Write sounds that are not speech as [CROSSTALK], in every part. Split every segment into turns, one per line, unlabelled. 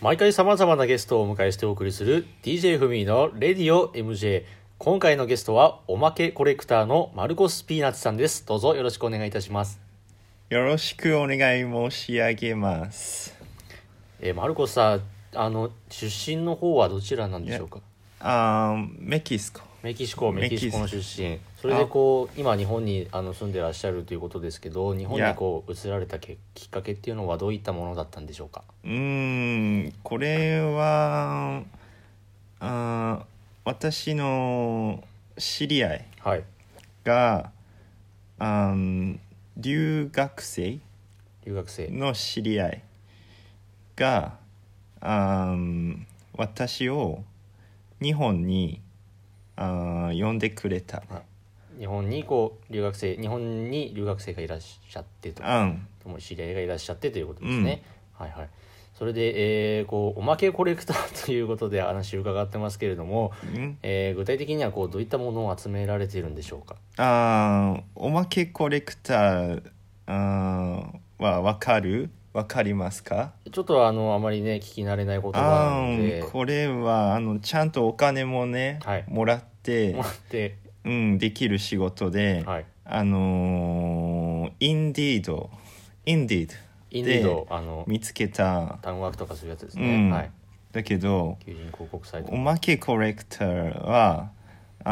毎回さまざまなゲストをお迎えしてお送りする DJ ふみのレディオ MJ 今回のゲストはおまけコレクターのマルコス・ピーナッツさんですどうぞよろしくお願いいたします
よろしくお願い申し上げます。
えーマルコスさんあの出身の方はどちらなんでしょうか
あーメキシコ。
メキシコメ
メキ
キ
シ
シコ
コ
の出身それでこう今日本にあの住んでらっしゃるということですけど日本にこう移られたけきっかけっていうのはどういったものだったんでしょうか
うーん、これは、あー私の知り合い
はい
が、あー留学生
留学生
の知り合いが、あー私を日本にあー呼んでくれた。
日本にこう留学生日本に留学生がいらっしゃってと
うん、
とも知り合いがいらっしゃってということですね。はいはい。それで、えーこうおまけコレクターということで話を伺ってますけれども、
うん
えー具体的にはこうどういったものを集められているんでしょうか。
あーおまけコレクターあーはわかるわかりますか
ちょっとあのあまりね聞き慣れない言葉
あ
なの
ー
で、
これはあのちゃんとお金もね、
はい
もらって
もら、って、
うん、できる仕事で、
はい。
あのー、インディードインディー
インディードあの
見つけた
単ワークとかするやつです
う
ね。
ん
はい。
だけど
求人広告サイト
お。まけコレクターは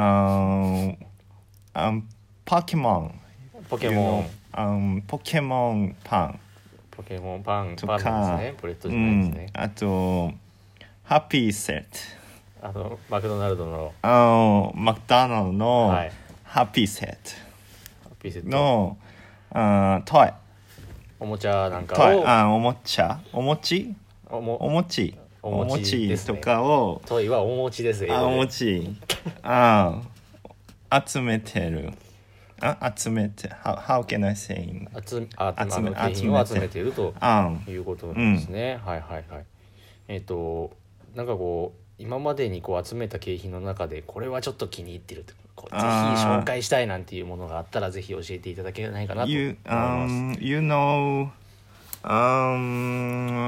あーあんポケモン
ポケモン、
あんポケモンパン
ポケモンパン、
と
パ
か
ンなんですね。ブレッドじゃないですね
う。ん、あとハッピーセット
あのマクドナルドの
あのマクドナルドの
はい
ハッピーセッ
ピーセッ
ト
ト、
の、あートイ
おもちゃなんか
トイ
を、
あーおもちゃおもち
お
お
も
もち
お餅です
と
ね
かを、
トイはお餅です。英語
あ
で
おもちあー集めてるあ集めて how, how can I say
集めあ
集
集
め
め景品を集めていると
あん
いうことなんですね。はいはいはい。えっ、となんかこう今までにこう集めた景品の中でこれはちょっと気に入ってるとこうぜひ
あー
紹介したいなんていうものがあったらぜひ教えていただけないかなと思い
you
ます。
um you know um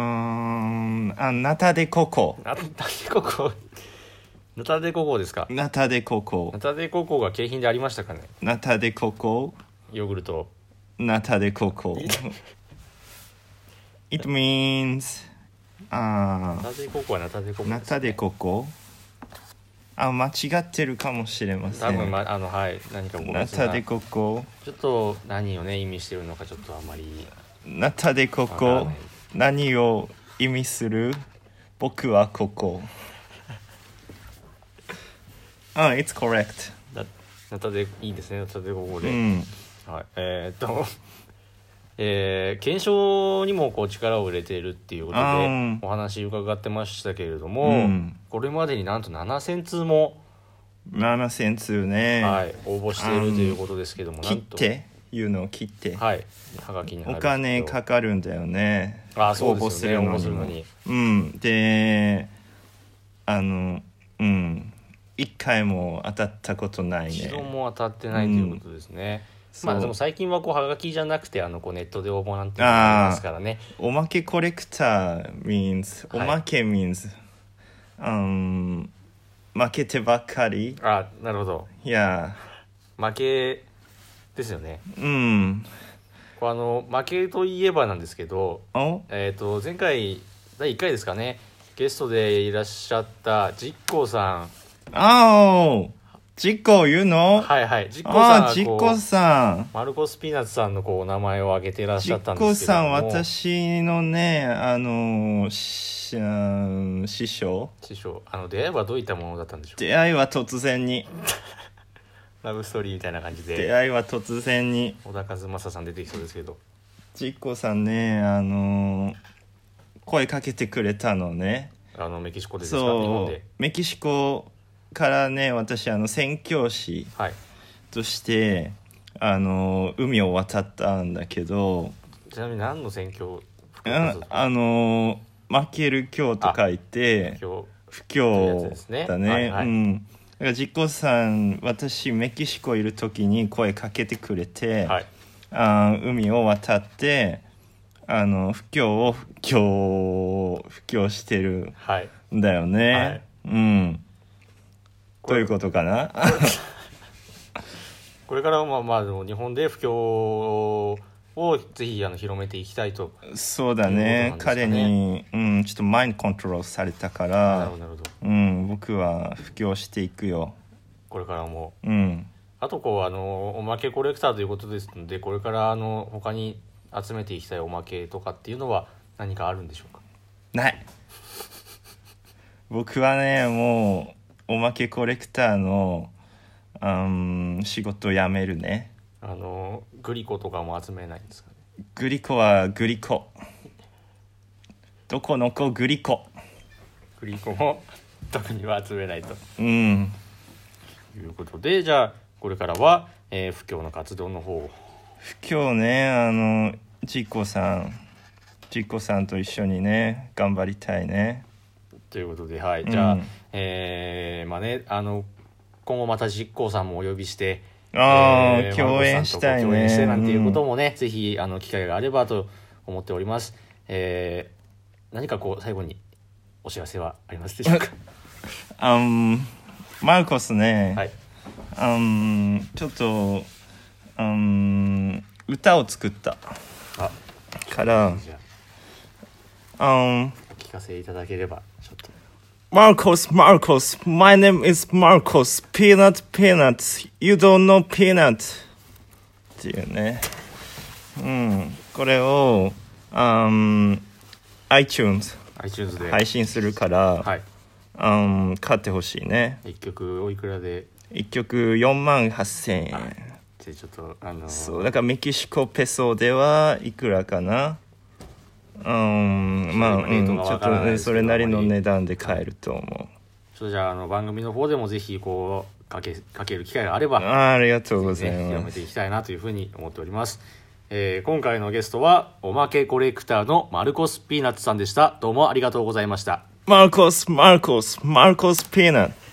あなたでここ
ななんでここナタデココですか。
ナタデココ
ナタデココが景品でありましたかね。
ナタデココ
ヨーグルト。
ナタデココ It means
ナ
あ
タデココはナタデコ
ー
コ
ナ
です。
タデココあ間違ってるかもしれませ
多分
ん
まあのはい何か僕
ナタデココ
ちょっと何をね意味してるのかちょっとあまり
ナタデコ
わから
コ
ない
何を意味する僕はここあ、うん、It's correct
ななたでいいですねなたでここ
う
で、
ん
はいえーっと [LAUGHS] えー検証にもこう力を入れているっていうこと
あ
で
ー
お話伺ってましたけれども、
うん
これまでになんと7000通も、
7000通ね、
はい、応募しているということですけどもな
切っ
んと
ていうのを切って、
はいはがきに入
お
る
金かかるんだよね
あーそうですよね
応募する
応募するの
の
に
にうんであのうん一回も当たったことない
一
ね
度も当たってないということですね、
うん
まあ
そう
でも最近はこうはがきじゃなくてあのこうネットで応募なんていうのもありますからね
おまけコレクター means お
はい
まけ means、うん負けてばっかり
あなるほど
いや
負けですよね
うん
こうあの負けといえばなんですけど、
お
えー、と前回第1回ですかねゲストでいらっしゃった実行さ
あお実行言うんの
はいはい実行さん
あ
が
実
こ
行
う
さん
マルコスピーナッツさんのこうお名前を挙げていらっし
実
ゃったんで
行
すけど
さん
も
私のねあのしあー師匠
師匠あの出会いはどういったものだったんでしょうか
出会いは突然に
ラブストーリーみたいな感じ
出
で
会いは突然に
小田和正さん出てきそうですけど
実行さんねあの声かけてくれたのね
あのメキシコでですか日本
そ
で
うメキシコからね私あの宣教師
はい
としてあの海を渡ったんだけど
ちなみに何の選挙福岡
あ
と
あの負ける教と書いて
今日
不況だね
はいはい
うんだから実行さん私メキシコいる時に声かけてくれて、
はい
あー海を渡ってあの不況を不況を布教してる
はい
んだよね、
はい
うんどういうことかな
これからはまあまあでも日本で布教をぜひあの広めていきたいと
そうだ
という
ね
ことなんです
彼
かね
に、うん、ちょっとマインドコントロールされた
な
か
る
ら
ほど、なるほど
うん、僕は布教していくよ
これからも
うん
あとこうあのおまけコレクターということですのでこれからあの他に集めていきたいおまけとかっていうのは何かあるんでしょうか
ない僕はねもうおまけコレクターの、うん、仕事を辞めるね
あのグリコとかも集めないんですかね
グリコはグリコどこの子グリコ
グリコも特には集めないと
うん
いうことでじゃあこれからは、えー、布教の活動の方を
今日ねあのジーコさんジーコさんと一緒にね頑張りたいね
ということではいじゃあ、
うん
えーまあねあの今後また実行さんもお呼びして
ああ、
えー
共演した
マルコさんと
いね
こう共演してなんていうこともね、ぜひあの機会があればと思っております、えー何かこう最後にお知らせはありますでしょ
[LAUGHS]
うか
あんマルコスね、
はい
あんちょっとあん歌を作った
あ
から
じゃあ
あん
お聞かせいただければちょっと
Marcos, Marcos, my name is Marcos. Peanut, peanut. You don't know peanut. っていうね。うん。これを、あん iTunes
iTunes では
配信するから、
はい、
うん買ってほしいね。
一曲おいくらで
一曲4万8000円。
じゃあちょっとあの
そう、だからメキシコペソではいくらかなうん、まあ、
今レ
う
ー
ん
トが
ちょ
わ
っ
か
と
らないですけど
ね、それなりの値段で買えると思
ちょっとじゃああの番組の方でもぜひこうかけかける機会があれ
う。
ば、
あありがとうござい
ね、広
ま
め
す。
ていきたいなというふうに思っております、えー今回のゲストはおまけコレクターのマルコス・ピーナッツさんでしたどうもありがとうございました
マルコス、マルコス、マルコスピーナッツ。